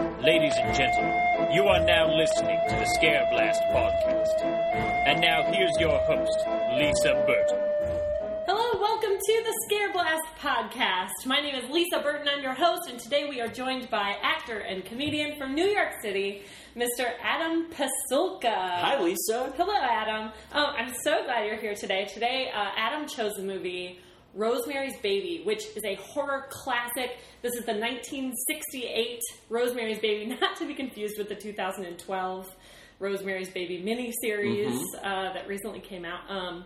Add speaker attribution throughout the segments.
Speaker 1: and gentlemen, you are now listening to the Scare Blast podcast. And now here's your host, Lisa Burton.
Speaker 2: Hello, welcome to the Scare Blast podcast. My name is Lisa Burton, I'm your host, and today we are joined by actor and comedian from New York City, Mr. Adam Pasulka.
Speaker 3: Hi, Lisa.
Speaker 2: Hello, Adam. Oh, I'm so glad you're here today. Today, uh, Adam chose the movie Rosemary's Baby, which is a horror classic. This is the 1968 Rosemary's Baby, not to be confused with the 2012 Rosemary's Baby miniseries
Speaker 3: Mm-hmm.
Speaker 2: uh, that recently came out. Um,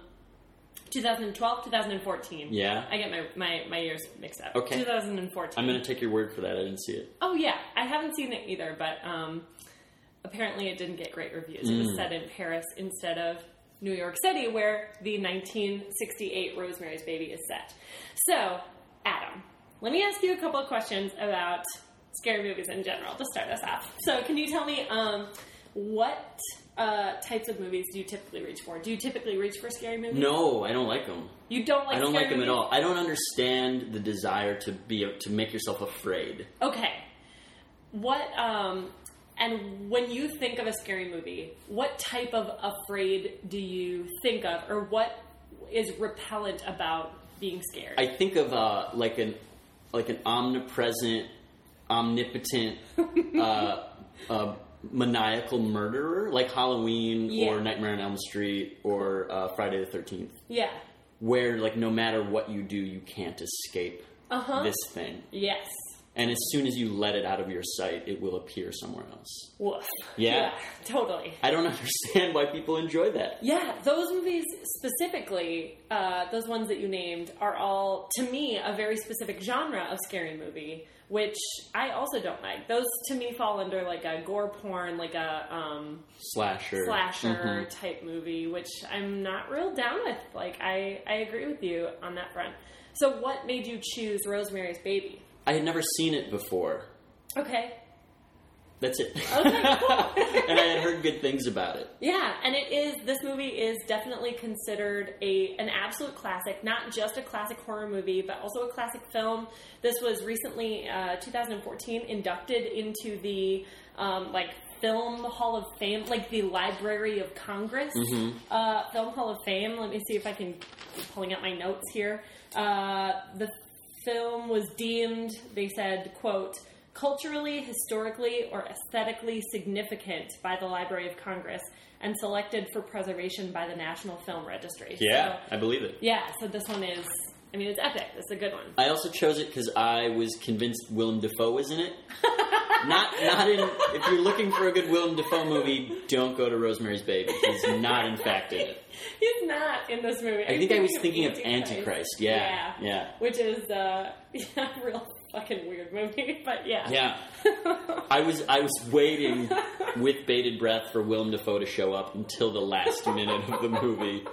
Speaker 2: 2012, 2014.
Speaker 3: Yeah.
Speaker 2: I get my, my, my years mixed up.
Speaker 3: Okay.
Speaker 2: 2014.
Speaker 3: I'm going to take your word for that. I didn't see it.
Speaker 2: Oh yeah, I haven't seen it either, but um, apparently it didn't get great reviews. It
Speaker 3: Mm.
Speaker 2: was set in Paris instead of New York City, where the 1968 Rosemary's Baby is set. So, Adam, let me ask you a couple of questions about scary movies in general to start us off. So, can you tell me um, what uh, types of movies do you typically reach for? Do you typically reach for scary movies?
Speaker 3: No, I don't like them.
Speaker 2: you don't like.
Speaker 3: I don't
Speaker 2: scary
Speaker 3: like them at
Speaker 2: movies?
Speaker 3: all. I don't understand the desire to be to make yourself afraid.
Speaker 2: Okay. What um and when you think of a scary movie, what type of afraid do you think of or what is repellent about being scared?
Speaker 3: I think of uh, like an like an omnipresent, omnipotent, uh, uh, maniacal murderer, like Halloween
Speaker 2: Yeah.
Speaker 3: or Nightmare on Elm Street or uh, Friday the Thirteenth,
Speaker 2: yeah.
Speaker 3: where like no matter what you do, you can't escape
Speaker 2: Uh-huh.
Speaker 3: this thing.
Speaker 2: Yes.
Speaker 3: And as soon as you let it out of your sight, it will appear somewhere else.
Speaker 2: Woof.
Speaker 3: Yeah.
Speaker 2: totally.
Speaker 3: I don't understand why people enjoy that.
Speaker 2: Yeah, those movies specifically, uh, those ones that you named, are all, to me, a very specific genre of scary movie, which I also don't like. Those, to me, fall under like a gore porn, like a um,
Speaker 3: Slasher. Mm-hmm.
Speaker 2: slasher type movie, which I'm not real down with. Like, I, I agree with you on that front. So, what made you choose Rosemary's Baby?
Speaker 3: I had never seen it before.
Speaker 2: Okay.
Speaker 3: That's it. and I had heard good things about it.
Speaker 2: Yeah, and it is. This movie is definitely considered a an absolute classic. Not just a classic horror movie, but also a classic film. This was recently, uh, 2014, inducted into the um, like Film Hall of Fame, like the Library of Congress uh, Film Hall of Fame. Let me see if I can I'm pulling out my notes here. Uh, the film was deemed, they said, quote, culturally, historically, or aesthetically significant by the Library of Congress and selected for preservation by the National Film Registry. So,
Speaker 3: I believe it.
Speaker 2: yeah, so this one is, I mean, it's epic. It's a good one.
Speaker 3: I also chose it because I was convinced Willem Dafoe was in it. not, not in. If you're looking for a good Willem Dafoe movie, don't go to Rosemary's Baby. He's not, in fact, in it.
Speaker 2: He's not in this movie.
Speaker 3: I think I was thinking of Antichrist. Yeah,
Speaker 2: Yeah.
Speaker 3: yeah,
Speaker 2: Which is uh, yeah, a real fucking weird movie, but
Speaker 3: yeah. I was I was waiting with bated breath for Willem Dafoe to show up until the last minute of the movie,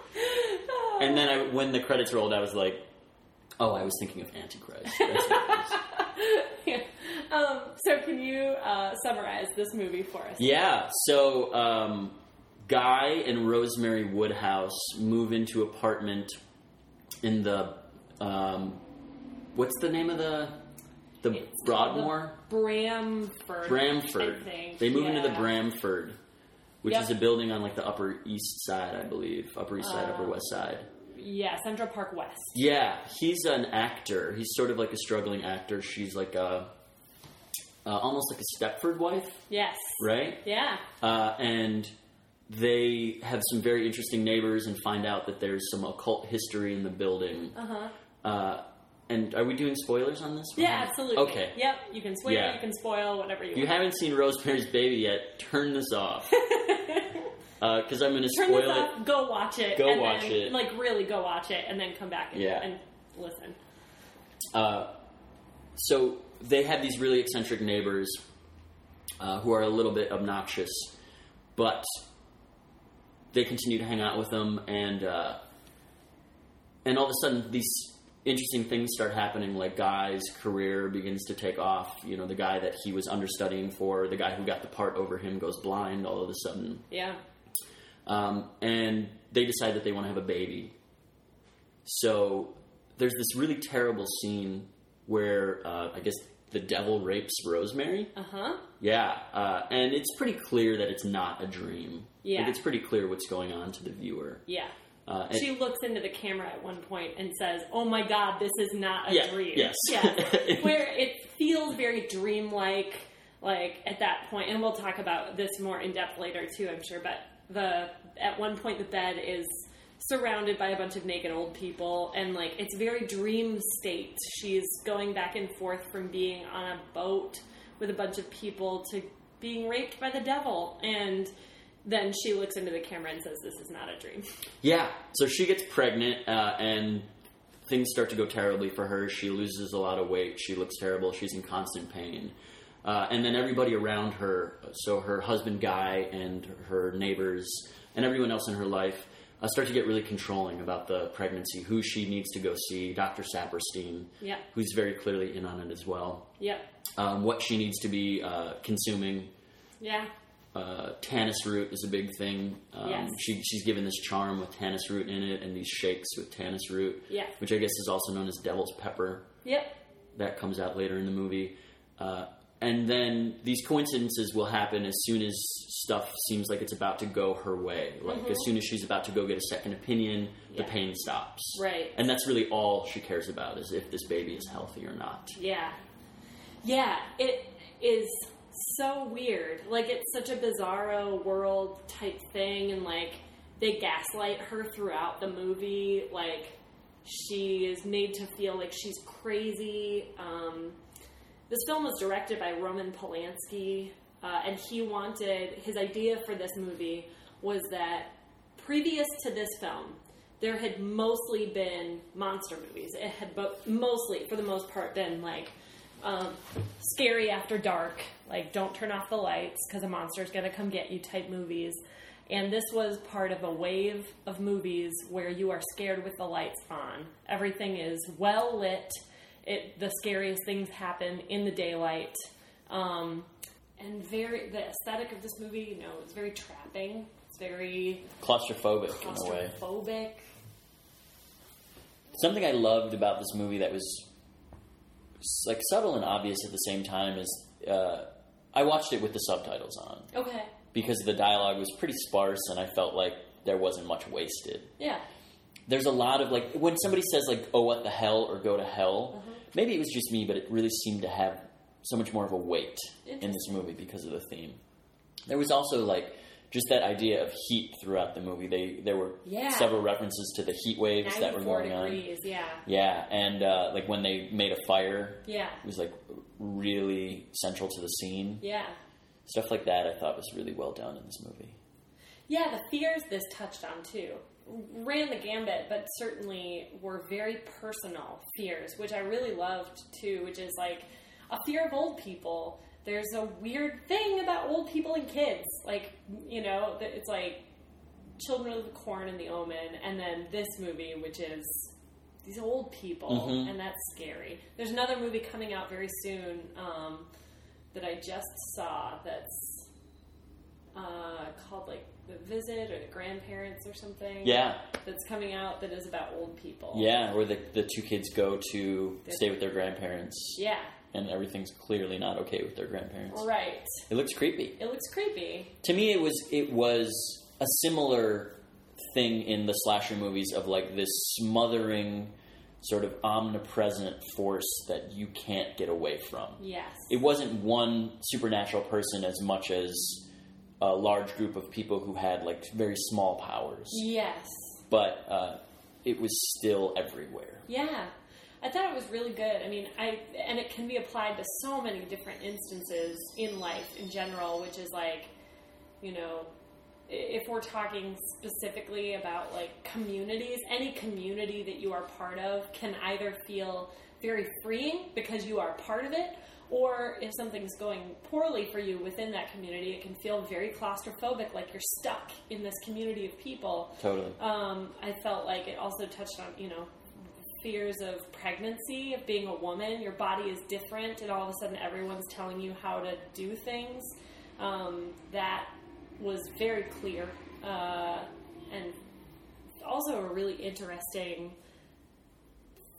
Speaker 3: and then I, when the credits rolled, I was like, "Oh, I was thinking of Antichrist." That's what it was.
Speaker 2: yeah. Um, so, can you uh, summarize this movie for us?
Speaker 3: yeah. So, um, Guy and Rosemary Woodhouse move into apartment in the um, what's the name of the the
Speaker 2: It's
Speaker 3: Broadmoor
Speaker 2: Bramford.
Speaker 3: Bramford.
Speaker 2: I think.
Speaker 3: They move into the
Speaker 2: yeah.
Speaker 3: Bramford, which
Speaker 2: Yep.
Speaker 3: is a building on like the Upper East Side, I believe. Upper East Side, Upper
Speaker 2: Oh.
Speaker 3: West Side.
Speaker 2: Yeah, Central Park West.
Speaker 3: Yeah, he's an actor. He's sort of like a struggling actor. She's like a, uh, almost like a Stepford wife,
Speaker 2: Yes.
Speaker 3: right?
Speaker 2: Yeah.
Speaker 3: Uh, and they have some very interesting neighbors and find out that there's some occult history in the building.
Speaker 2: Uh-huh.
Speaker 3: Uh, and are we doing spoilers on this?
Speaker 2: Yeah, absolutely.
Speaker 3: Okay.
Speaker 2: Yep. You can swear.
Speaker 3: Yeah.
Speaker 2: You can spoil. Whatever you,
Speaker 3: If you
Speaker 2: want.
Speaker 3: haven't seen Rosemary's Baby yet, turn this off. Because I'm going to
Speaker 2: Turn this
Speaker 3: spoil it.
Speaker 2: off. Go watch it.
Speaker 3: Go
Speaker 2: and
Speaker 3: watch
Speaker 2: then,
Speaker 3: it.
Speaker 2: Like really, go watch it, and then come back and,
Speaker 3: Yeah.
Speaker 2: and listen.
Speaker 3: Uh, so they have these really eccentric neighbors uh, who are a little bit obnoxious, but they continue to hang out with them, and uh, and all of a sudden these interesting things start happening. Like Guy's career begins to take off. You know, the guy that he was understudying for, the guy who got the part over him, goes blind all of a sudden,
Speaker 2: Yeah.
Speaker 3: um, and they decide that they want to have a baby. So there's this really terrible scene where uh, I guess The Devil Rapes Rosemary.
Speaker 2: Uh huh.
Speaker 3: Yeah, uh, and it's pretty clear that it's not a dream.
Speaker 2: Yeah.
Speaker 3: Like, it's pretty clear what's going on to the viewer.
Speaker 2: Yeah.
Speaker 3: Uh, and-
Speaker 2: She looks into the camera at one point and says, "Oh my God, this is not a
Speaker 3: Yeah,
Speaker 2: dream."
Speaker 3: yes.
Speaker 2: Yes. where it feels very dreamlike, like at that point, and we'll talk about this more in depth later too, I'm sure. But the at one point the bed is surrounded by a bunch of naked old people, and like it's very dream state. She's going back and forth from being on a boat with a bunch of people to being raped by the devil, and then she looks into the camera and says, "This is not a dream."
Speaker 3: Yeah. So she gets pregnant, uh, and things start to go terribly for her. She loses a lot of weight. She looks terrible. She's in constant pain. Uh, and then everybody around her, so her husband Guy and her neighbors and everyone else in her life, uh, start to get really controlling about the pregnancy, who she needs to go see, Dr. Saperstein,
Speaker 2: Yeah.
Speaker 3: who's very clearly in on it as well,
Speaker 2: Yep.
Speaker 3: um, what she needs to be uh, consuming,
Speaker 2: Yeah.
Speaker 3: uh, tannis root is a big thing. Um,
Speaker 2: Yes.
Speaker 3: she, she's given this charm with tannis root in it and these shakes with tannis root,
Speaker 2: Yeah.
Speaker 3: which I guess is also known as devil's pepper.
Speaker 2: Yep.
Speaker 3: That comes out later in the movie. Uh, and then these coincidences will happen as soon as stuff seems like it's about to go her way. Like as soon as she's about to go get a second opinion,
Speaker 2: Mm-hmm. Yeah.
Speaker 3: the pain stops.
Speaker 2: Right.
Speaker 3: And that's really all she cares about is if this baby is healthy or not.
Speaker 2: Yeah. Yeah. It is so weird. Like it's such a bizarro world type thing and like they gaslight her throughout the movie. Like she is made to feel like she's crazy. Um this film was directed by Roman Polanski, uh, and he wanted his idea for this movie was that previous to this film, there had mostly been monster movies. It had bo- mostly, for the most part, been like um, scary after dark, like don't turn off the lights because a monster's gonna come get you type movies. And this was part of a wave of movies where you are scared with the lights on. Everything is well lit. It the scariest things happen in the daylight. Um, and very the aesthetic of this movie, you know, it's very trapping. It's very
Speaker 3: Claustrophobic in a way.
Speaker 2: claustrophobic.
Speaker 3: something I loved about this movie that was s- like subtle and obvious at the same time is uh, I watched it with the subtitles on
Speaker 2: Okay.
Speaker 3: because the dialogue was pretty sparse and I felt like there wasn't much wasted.
Speaker 2: Yeah.
Speaker 3: There's a lot of like when somebody says like "oh what the hell" or "go to hell,"
Speaker 2: Mm-hmm.
Speaker 3: maybe it was just me, but it really seemed to have so much more of a weight in this movie because of the theme. There was also like just that idea of heat throughout the movie. They there were
Speaker 2: Yeah.
Speaker 3: several references to the heat waves that were
Speaker 2: 94
Speaker 3: going on.
Speaker 2: degrees. Yeah.
Speaker 3: Yeah, and uh, like when they made a fire,
Speaker 2: Yeah.
Speaker 3: it was like really central to the scene.
Speaker 2: Yeah.
Speaker 3: Stuff like that, I thought was really well done in this movie.
Speaker 2: Yeah, the fears this touched on too ran the gambit, but certainly were very personal fears, which I really loved too, which is like a fear of old people. There's a weird thing about old people and kids. Like, you know, that it's like Children of the Corn and the Omen, and then this movie, which is these old people,
Speaker 3: Mhm.
Speaker 2: and that's scary. There's another movie coming out very soon um, that I just saw that's uh, called like the visit or the grandparents or something.
Speaker 3: Yeah,
Speaker 2: That's coming out that is about old people.
Speaker 3: yeah, where the, the two kids go to
Speaker 2: Their-
Speaker 3: stay with their grandparents,
Speaker 2: Yeah.
Speaker 3: and everything's clearly not okay with their grandparents.
Speaker 2: Right.
Speaker 3: It looks creepy.
Speaker 2: It looks creepy.
Speaker 3: To me, it was it was a similar thing in the slasher movies of like this smothering, sort of omnipresent force that you can't get away from.
Speaker 2: Yes.
Speaker 3: it wasn't one supernatural person as much as a large group of people who had like very small powers,
Speaker 2: yes.
Speaker 3: but uh, it was still everywhere.
Speaker 2: Yeah. I thought it was really good. I mean, I and it can be applied to so many different instances in life in general, which is like, you know, i- if we're talking specifically about like communities, any community that you are part of can either feel very freeing because you are part of it, or if something's going poorly for you within that community, it can feel very claustrophobic, like you're stuck in this community of people
Speaker 3: Totally.
Speaker 2: um, I felt like it also touched on, you know, fears of pregnancy, of being a woman. Your body is different, and all of a sudden everyone's telling you how to do things. Um, that was very clear uh, and also a really interesting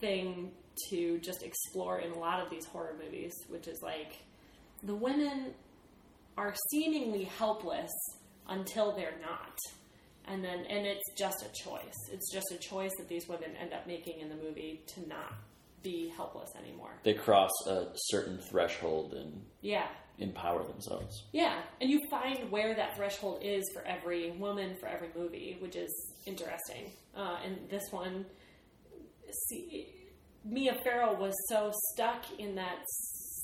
Speaker 2: thing to just explore in a lot of these horror movies, which is like the women are seemingly helpless until they're not. And then and it's just a choice. It's just a choice that these women end up making in the movie to not be helpless anymore.
Speaker 3: They cross a certain threshold and
Speaker 2: Yeah.
Speaker 3: empower themselves.
Speaker 2: Yeah, and you find where that threshold is for every woman for every movie, which is interesting. Uh, and this one, see, Mia Farrow was so stuck in that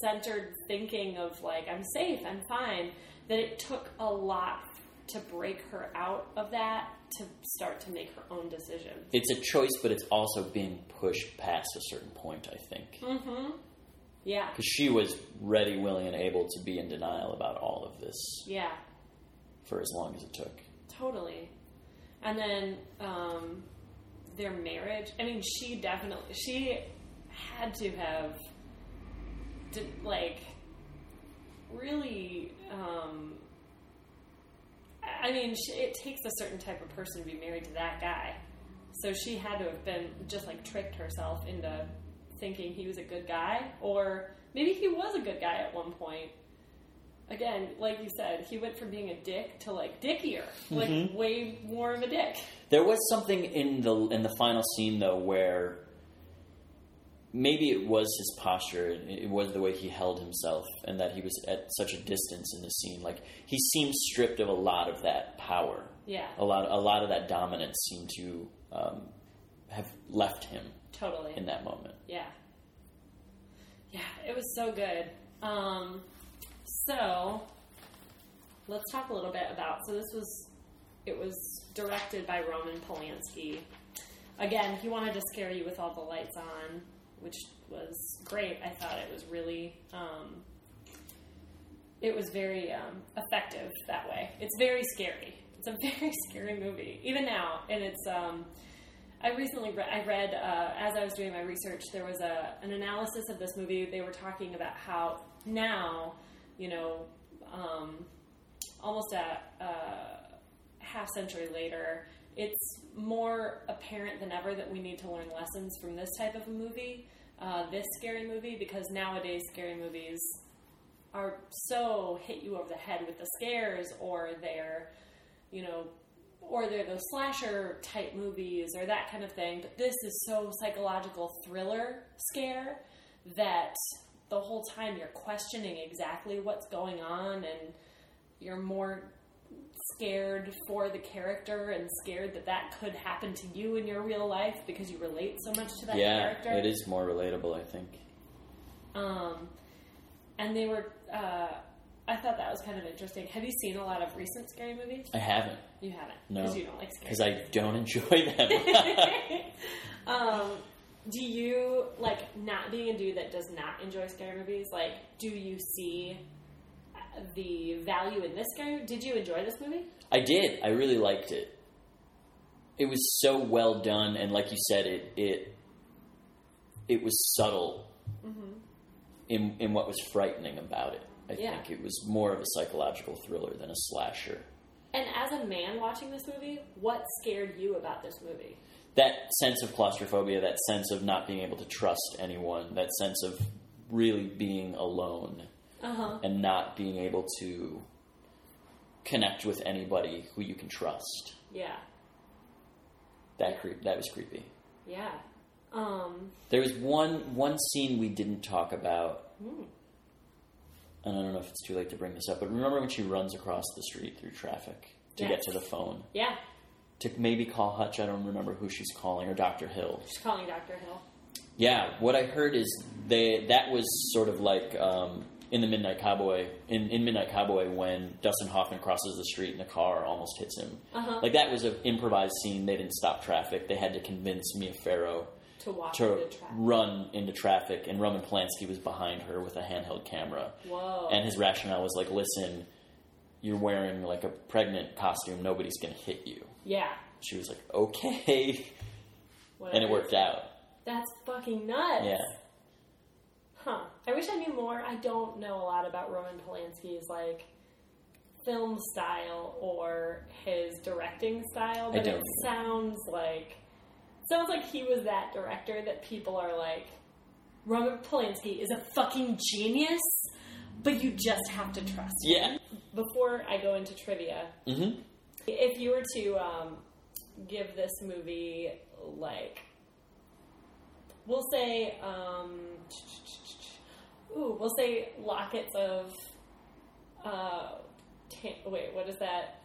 Speaker 2: centered thinking of like I'm safe, I'm fine, that it took a lot to break her out of that to start to make her own decisions.
Speaker 3: It's a choice, but it's also being pushed past a certain point, I think. Because
Speaker 2: Yeah,
Speaker 3: she was ready, willing, and able to be in denial about all of this
Speaker 2: yeah.
Speaker 3: for as long as it took.
Speaker 2: Totally. And then um, their marriage. I mean, she definitely she had to have did like really. Um, I I mean, she, it takes a certain type of person to be married to that guy. So she had to have been just like tricked herself into thinking he was a good guy, or maybe he was a good guy at one point, again, like you said, he went from being a dick to like dickier, like way more of a dick.
Speaker 3: There was something in the in the final scene though where maybe it was his posture, it it was the way he held himself, and that he was at such a distance in the scene. Like he seemed stripped of a lot of that power.
Speaker 2: Yeah,
Speaker 3: A lot a lot of that dominance seemed to um, have left him
Speaker 2: totally.
Speaker 3: in that moment.
Speaker 2: Yeah, yeah, it was so good. Um, so let's talk a little bit about. So this was it was directed by Roman Polanski. Again, he wanted to scare you with all the lights on, which was great. I thought it was really. Um, it was very um, effective that way. It's very scary. It's a very scary movie, even now. And it's, um, I recently re- I read uh, as I was doing my research, there was a an analysis of this movie. They were talking about how now, you know, um, almost a, a half century later, it's more apparent than ever that we need to learn lessons from this type of a movie, uh, this scary movie, because nowadays scary movies are so hit you over the head with the scares or they're you know or they're those slasher type movies or that kind of thing but this is so psychological thriller scare that the whole time you're questioning exactly what's going on and you're more scared for the character and scared that that could happen to you in your real life because you relate so much to that
Speaker 3: yeah,
Speaker 2: character
Speaker 3: it is more relatable, I think.
Speaker 2: um, and they were. Uh, I thought that was kind of interesting. Have you seen a lot of recent scary movies?
Speaker 3: I haven't
Speaker 2: You haven't,
Speaker 3: No.
Speaker 2: because you don't like scary.
Speaker 3: because I don't enjoy them.
Speaker 2: um, do you like not being a dude that does not enjoy scary movies? Like, do you see uh, the value in this scary? Did you enjoy this movie?
Speaker 3: I did. I really liked it. It was so well done, and like you said, it it it was subtle in in what was frightening about it. I
Speaker 2: Yeah.
Speaker 3: think it was more of a psychological thriller than a slasher.
Speaker 2: And as a man watching this movie, what scared you about this movie?
Speaker 3: That sense of claustrophobia, that sense of not being able to trust anyone, that sense of really being alone
Speaker 2: Uh huh.
Speaker 3: and not being able to connect with anybody who you can trust.
Speaker 2: Yeah.
Speaker 3: That creep that was creepy.
Speaker 2: Yeah. Um.
Speaker 3: There was one one scene we didn't talk about,
Speaker 2: Hmm.
Speaker 3: and I don't know if it's too late to bring this up, but remember when she runs across the street through traffic to get
Speaker 2: Yes.
Speaker 3: to the phone
Speaker 2: Yeah.
Speaker 3: to maybe call Hutch? I don't remember who she's calling or Doctor Hill.
Speaker 2: Just calling Dr. Hill.
Speaker 3: Yeah, what I heard is they that was sort of like um, in the Midnight Cowboy in, in Midnight Cowboy when Dustin Hoffman crosses the street and the car almost hits him.
Speaker 2: Uh-huh.
Speaker 3: Like that was an improvised scene. They didn't stop traffic. They had to convince Mia Farrow
Speaker 2: to walk through
Speaker 3: to
Speaker 2: the trap.
Speaker 3: run into traffic, and Roman Polanski was behind her with a handheld camera.
Speaker 2: Whoa.
Speaker 3: And his rationale was like, "Listen, you're wearing like a pregnant costume. Nobody's gonna hit you."
Speaker 2: yeah.
Speaker 3: She was like, "Okay," and it
Speaker 2: Whatever.
Speaker 3: worked out.
Speaker 2: That's fucking nuts.
Speaker 3: Yeah,
Speaker 2: Huh. I wish I knew more. I don't know a lot about Roman Polanski's like film style or his directing style, but
Speaker 3: don't
Speaker 2: it
Speaker 3: either.
Speaker 2: sounds like it sounds like he was that director that people are like, Roman Polanski is a fucking genius, but you just have to trust him.
Speaker 3: Yeah.
Speaker 2: Before I go into trivia,
Speaker 3: Mm-hmm.
Speaker 2: if you were to um, give this movie, like, we'll say, um, ooh, we'll say lockets of, uh, tan- wait, what is that?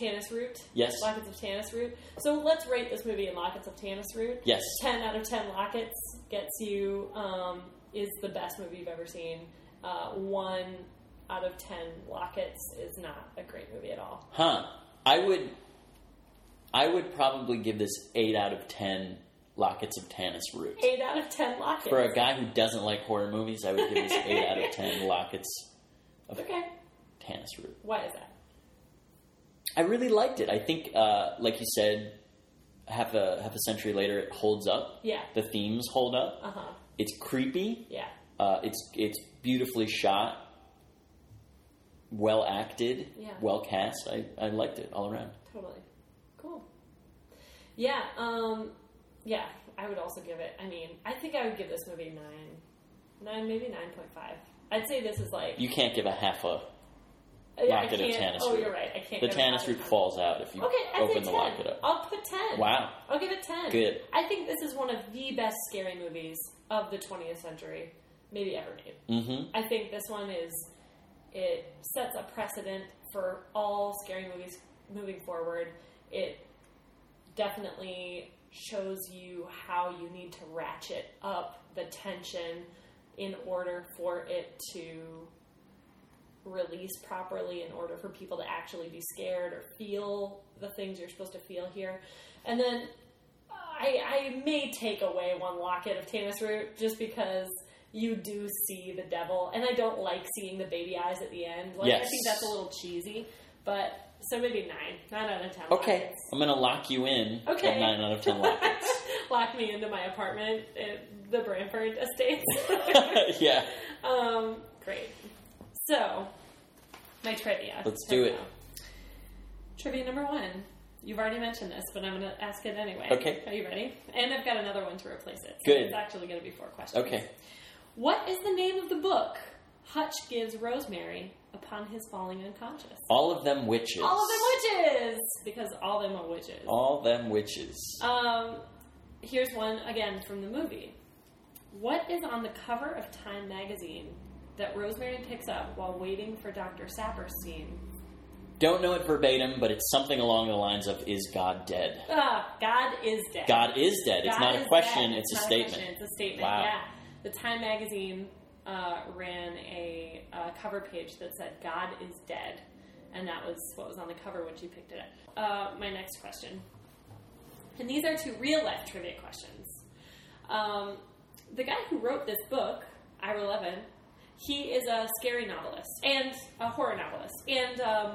Speaker 2: Tanis root?
Speaker 3: Yes.
Speaker 2: Lockets of Tanis root. So let's rate this movie in lockets of Tanis root.
Speaker 3: Yes.
Speaker 2: 10 out of 10 lockets gets you, um, is the best movie you've ever seen. Uh, one out of 10 lockets is not a great movie at all.
Speaker 3: Huh. I would. I would probably give this eight out of ten lockets of Tanis root.
Speaker 2: Eight out of ten lockets.
Speaker 3: For a guy who doesn't like horror movies, I would give this eight out of ten lockets of
Speaker 2: Okay.
Speaker 3: Tanis root.
Speaker 2: Why is that?
Speaker 3: I really liked it. I think, uh, like you said, half a half a century later, it holds up.
Speaker 2: Yeah.
Speaker 3: The themes hold up.
Speaker 2: Uh huh.
Speaker 3: It's creepy.
Speaker 2: Yeah.
Speaker 3: Uh, it's it's beautifully shot, well acted,
Speaker 2: Yeah.
Speaker 3: well cast. I, I liked it all around.
Speaker 2: Totally. Cool. Yeah. Um. Yeah. I would also give it. I mean, I think I would give this movie nine, nine maybe nine point five. I'd say this is like
Speaker 3: You can't give a half a
Speaker 2: I- I
Speaker 3: locket of
Speaker 2: can't-
Speaker 3: Tanis
Speaker 2: Oh,
Speaker 3: root.
Speaker 2: you're right. I can't.
Speaker 3: the
Speaker 2: give it
Speaker 3: Tanis
Speaker 2: half
Speaker 3: root
Speaker 2: a ten.
Speaker 3: falls out if you
Speaker 2: Okay, I
Speaker 3: open
Speaker 2: say
Speaker 3: the
Speaker 2: 10.
Speaker 3: locket up.
Speaker 2: I'll put 10.
Speaker 3: Wow.
Speaker 2: I'll give it 10.
Speaker 3: Good.
Speaker 2: I think this is one of the best scary movies of the 20th century, maybe ever made.
Speaker 3: Mm-hmm.
Speaker 2: I think this one is it sets a precedent for all scary movies moving forward. It definitely shows you how you need to ratchet up the tension in order for it to release properly in order for people to actually be scared or feel the things you're supposed to feel here. And then uh, I, I may take away one locket of Tanis root just because you do see the devil, and I don't like seeing the baby eyes at the end. Like I
Speaker 3: Yes.
Speaker 2: think that's a little cheesy, but so maybe nine, nine out of ten.
Speaker 3: Okay.
Speaker 2: lockets.
Speaker 3: I'm gonna lock you in. at
Speaker 2: Okay.
Speaker 3: nine out of ten lockets.
Speaker 2: Lock me into my apartment at the Branford Estates.
Speaker 3: yeah.
Speaker 2: um, great. So, my trivia.
Speaker 3: Let's
Speaker 2: Here
Speaker 3: do
Speaker 2: we
Speaker 3: it.
Speaker 2: go. Trivia number one. You've already mentioned this, but I'm going to ask it anyway.
Speaker 3: Okay.
Speaker 2: Are you ready? And I've got another one to replace it.
Speaker 3: Good.
Speaker 2: It's actually going to be four questions.
Speaker 3: Okay.
Speaker 2: What is the name of the book Hutch gives Rosemary upon his falling unconscious?
Speaker 3: All of them witches.
Speaker 2: All of them witches! Because all them are witches.
Speaker 3: All them witches.
Speaker 2: Um, here's one again from the movie. What is on the cover of Time magazine that Rosemary picks up while waiting for Dr. Saperstein?
Speaker 3: Don't know it verbatim, but it's something along the lines of "Is God dead?"
Speaker 2: Ah, God is dead.
Speaker 3: God is dead. it's
Speaker 2: God
Speaker 3: not a
Speaker 2: is
Speaker 3: question.
Speaker 2: dead.
Speaker 3: It's, a
Speaker 2: not
Speaker 3: statement.
Speaker 2: question, It's a statement.
Speaker 3: Wow.
Speaker 2: Yeah. The Time magazine uh, ran a uh, cover page that said "God is dead," and that was what was on the cover when she picked it up. Uh, my next question, and these are two real life trivia questions. Um, the guy who wrote this book, Ira Levin, he is a scary novelist and a horror novelist, and um,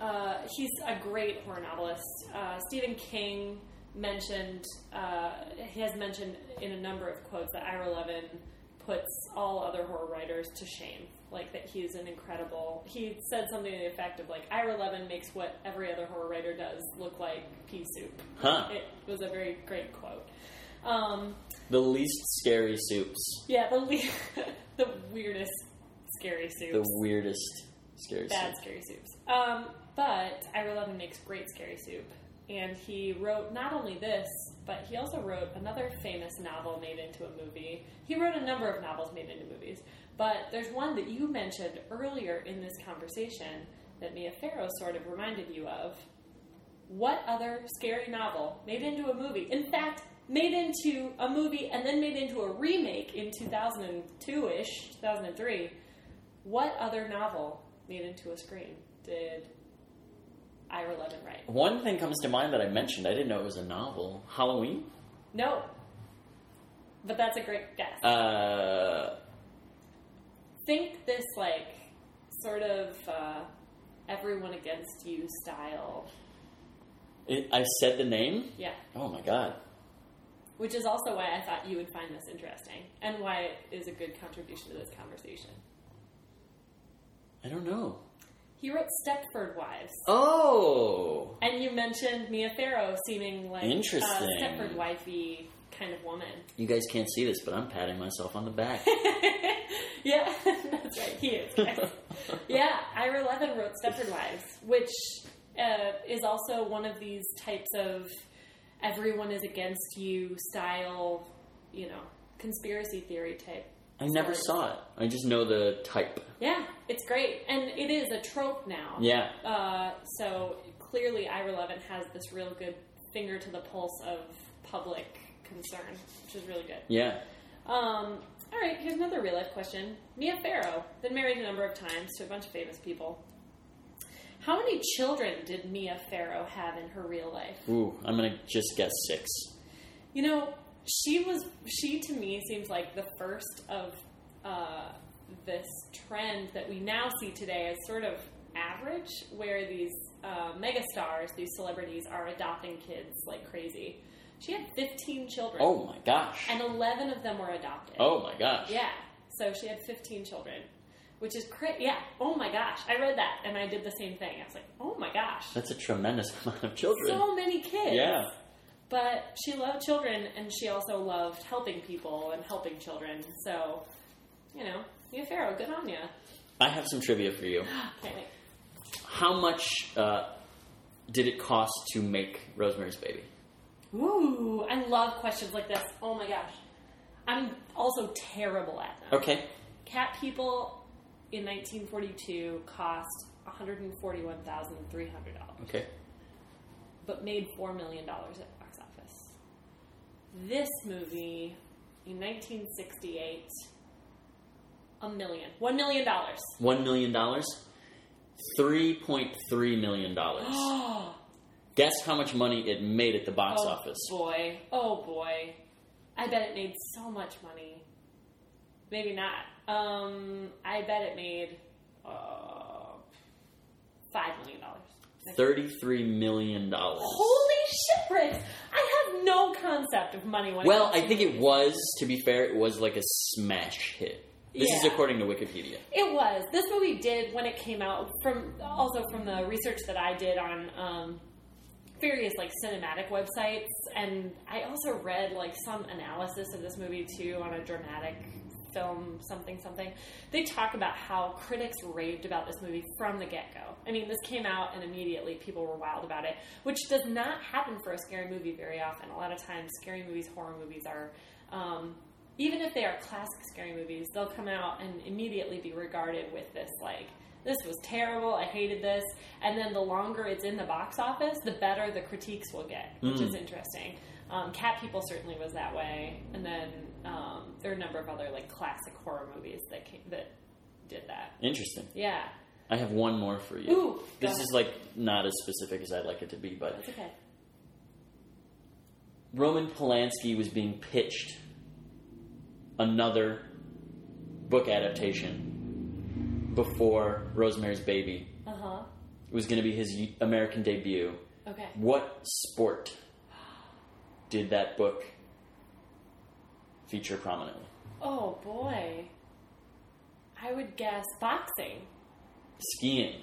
Speaker 2: uh, he's a great horror novelist. Uh, Stephen King mentioned uh, he has mentioned in a number of quotes that Ira Levin puts all other horror writers to shame. Like that he's an incredible. He said something to the effect of like Ira Levin makes what every other horror writer does look like pea soup.
Speaker 3: Huh.
Speaker 2: It was a very great quote. Um,
Speaker 3: The least scary soups.
Speaker 2: yeah, the le- the weirdest, scary soup.
Speaker 3: The weirdest scary
Speaker 2: bad
Speaker 3: soups.
Speaker 2: scary soups. Um, but Ira Levin makes great scary soup, and he wrote not only this, but he also wrote another famous novel made into a movie. He wrote a number of novels made into movies, but there's one that you mentioned earlier in this conversation that Mia Farrow sort of reminded you of. What other scary novel made into a movie? In fact, made into a movie and then made into a remake in 2002 ish, 2003. What other novel made into a screen did Ira Levin write?
Speaker 3: One thing comes to mind that I mentioned. I didn't know it was a novel. Halloween.
Speaker 2: No. But that's a great guess.
Speaker 3: Uh,
Speaker 2: Think this, like, sort of uh, everyone against you style.
Speaker 3: it, I said the name.
Speaker 2: Yeah.
Speaker 3: Oh my god.
Speaker 2: Which is also why I thought you would find this interesting and why it is a good contribution to this conversation.
Speaker 3: I don't know.
Speaker 2: He wrote Stepford Wives.
Speaker 3: Oh.
Speaker 2: And you mentioned Mia Farrow seeming like uh,
Speaker 3: Interesting.
Speaker 2: Stepford wifey kind of woman.
Speaker 3: You guys can't see this, but I'm patting myself on the back.
Speaker 2: yeah, that's right. He is. guys. yeah, Ira Levin wrote Stepford Wives, which uh, is also one of these types of everyone is against you style, you know, conspiracy theory type.
Speaker 3: I never saw it. I just know the type.
Speaker 2: Yeah, it's great, and it is a trope now.
Speaker 3: Yeah.
Speaker 2: Uh, so clearly, Ira Levin has this real good finger to the pulse of public concern, which is really good.
Speaker 3: Yeah.
Speaker 2: Um, all right, here's another real life question. Mia Farrow, been married a number of times to a bunch of famous people. How many children did Mia Farrow have in her real life?
Speaker 3: Ooh, I'm gonna just guess six.
Speaker 2: You know, she was she to me seems like the first of uh, this trend that we now see today as sort of average, where these uh, megastars, these celebrities, are adopting kids like crazy. She had 15 children,
Speaker 3: Oh my gosh.
Speaker 2: and 11 of them were adopted.
Speaker 3: Oh my gosh.
Speaker 2: Yeah. So she had 15 children, which is crazy. Yeah. Oh my gosh. I read that and I did the same thing. I was like, oh my gosh.
Speaker 3: That's a tremendous amount of children.
Speaker 2: So many kids.
Speaker 3: yeah.
Speaker 2: But she loved children and she also loved helping people and helping children. So, you know, Mia Farrow, good on you.
Speaker 3: I have some trivia for you.
Speaker 2: Okay.
Speaker 3: How much uh, did it cost to make Rosemary's Baby?
Speaker 2: Ooh, I love questions like this. Oh my gosh. I'm also terrible at them.
Speaker 3: Okay.
Speaker 2: Cat People in 1942 cost $141,300.
Speaker 3: Okay.
Speaker 2: but made $4 million at the box office. This movie in 1968, a million. $1 million.
Speaker 3: One million dollars. Three point three million dollars.
Speaker 2: Oh,
Speaker 3: Guess how much money it made at the box office?
Speaker 2: boy. Oh, boy. I bet it made so much money. Maybe not. Um, I bet it made uh, $5 million.
Speaker 3: Thirty-three million dollars.
Speaker 2: Holy shit, Briggs! I have no concept of money when it
Speaker 3: Well,
Speaker 2: comes
Speaker 3: I
Speaker 2: to
Speaker 3: think it was. To be fair, it was like a smash hit. This is
Speaker 2: Yeah.
Speaker 3: according to Wikipedia.
Speaker 2: It was. This movie did when it came out from also from the research that I did on um, various like cinematic websites, and I also read like some analysis of this movie too on a dramatic film something something. They talk about how critics raved about this movie from the get go. I mean, this came out and immediately people were wild about it, which does not happen for a scary movie very often. A lot of times, scary movies, horror movies are. Um, even if they are classic scary movies, they'll come out and immediately be regarded with this like this was terrible, I hated this, and then the longer it's in the box office, the better the critiques will get, which
Speaker 3: Mm.
Speaker 2: is interesting. Um, Cat People certainly was that way, and then um, there are a number of other like classic horror movies that came, that did that.
Speaker 3: Interesting.
Speaker 2: Yeah.
Speaker 3: I have one more for you.
Speaker 2: Ooh, go.
Speaker 3: this is like not as specific as I'd like it to be, but
Speaker 2: It's okay.
Speaker 3: Roman Polanski was being pitched another book adaptation before Rosemary's Baby.
Speaker 2: Uh huh.
Speaker 3: It was going to be his American debut.
Speaker 2: Okay.
Speaker 3: What sport did that book feature prominently?
Speaker 2: Oh boy. I would guess boxing,
Speaker 3: Skiing.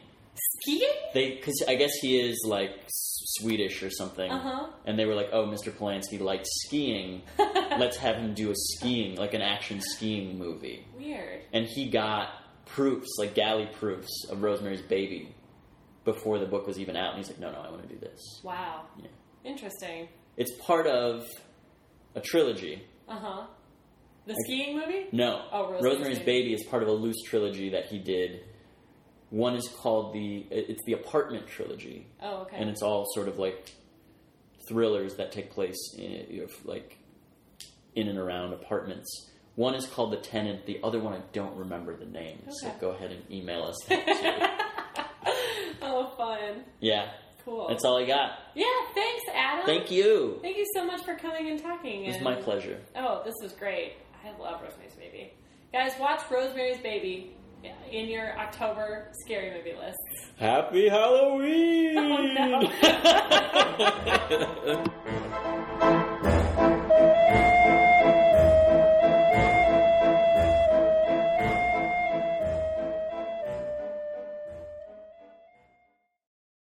Speaker 2: skiing.
Speaker 3: They, because I guess he is like S- Swedish or something,
Speaker 2: Uh-huh.
Speaker 3: and they were like, "Oh, Mr. Polanski liked skiing. Let's have him do a skiing, like an action skiing movie."
Speaker 2: Weird.
Speaker 3: And he got proofs, like galley proofs, of Rosemary's Baby before the book was even out. And he's like, "No, no, I want to do this."
Speaker 2: Wow.
Speaker 3: Yeah.
Speaker 2: Interesting.
Speaker 3: It's part of a trilogy.
Speaker 2: Uh huh. The skiing movie?
Speaker 3: No,
Speaker 2: Oh, Rosemary's
Speaker 3: Rosemary's Baby is part of a loose trilogy that he did. One is called the it- it's the Apartment trilogy.
Speaker 2: Oh, okay.
Speaker 3: and it's all sort of like thrillers that take place in, you know, like in and around apartments. One is called The Tenant. The other one I don't remember the name. So
Speaker 2: Okay.
Speaker 3: go ahead and email us. that, too.
Speaker 2: oh, fun.
Speaker 3: yeah,
Speaker 2: Cool.
Speaker 3: that's all I got.
Speaker 2: yeah, thanks, Adam.
Speaker 3: Thank you.
Speaker 2: Oh. Thank you so much for coming and talking.
Speaker 3: It was
Speaker 2: and-
Speaker 3: my pleasure.
Speaker 2: Oh, this was great. I love Rosemary's Baby. Guys, watch Rosemary's Baby in your October scary movie list.
Speaker 3: Happy Halloween.
Speaker 2: Oh, no.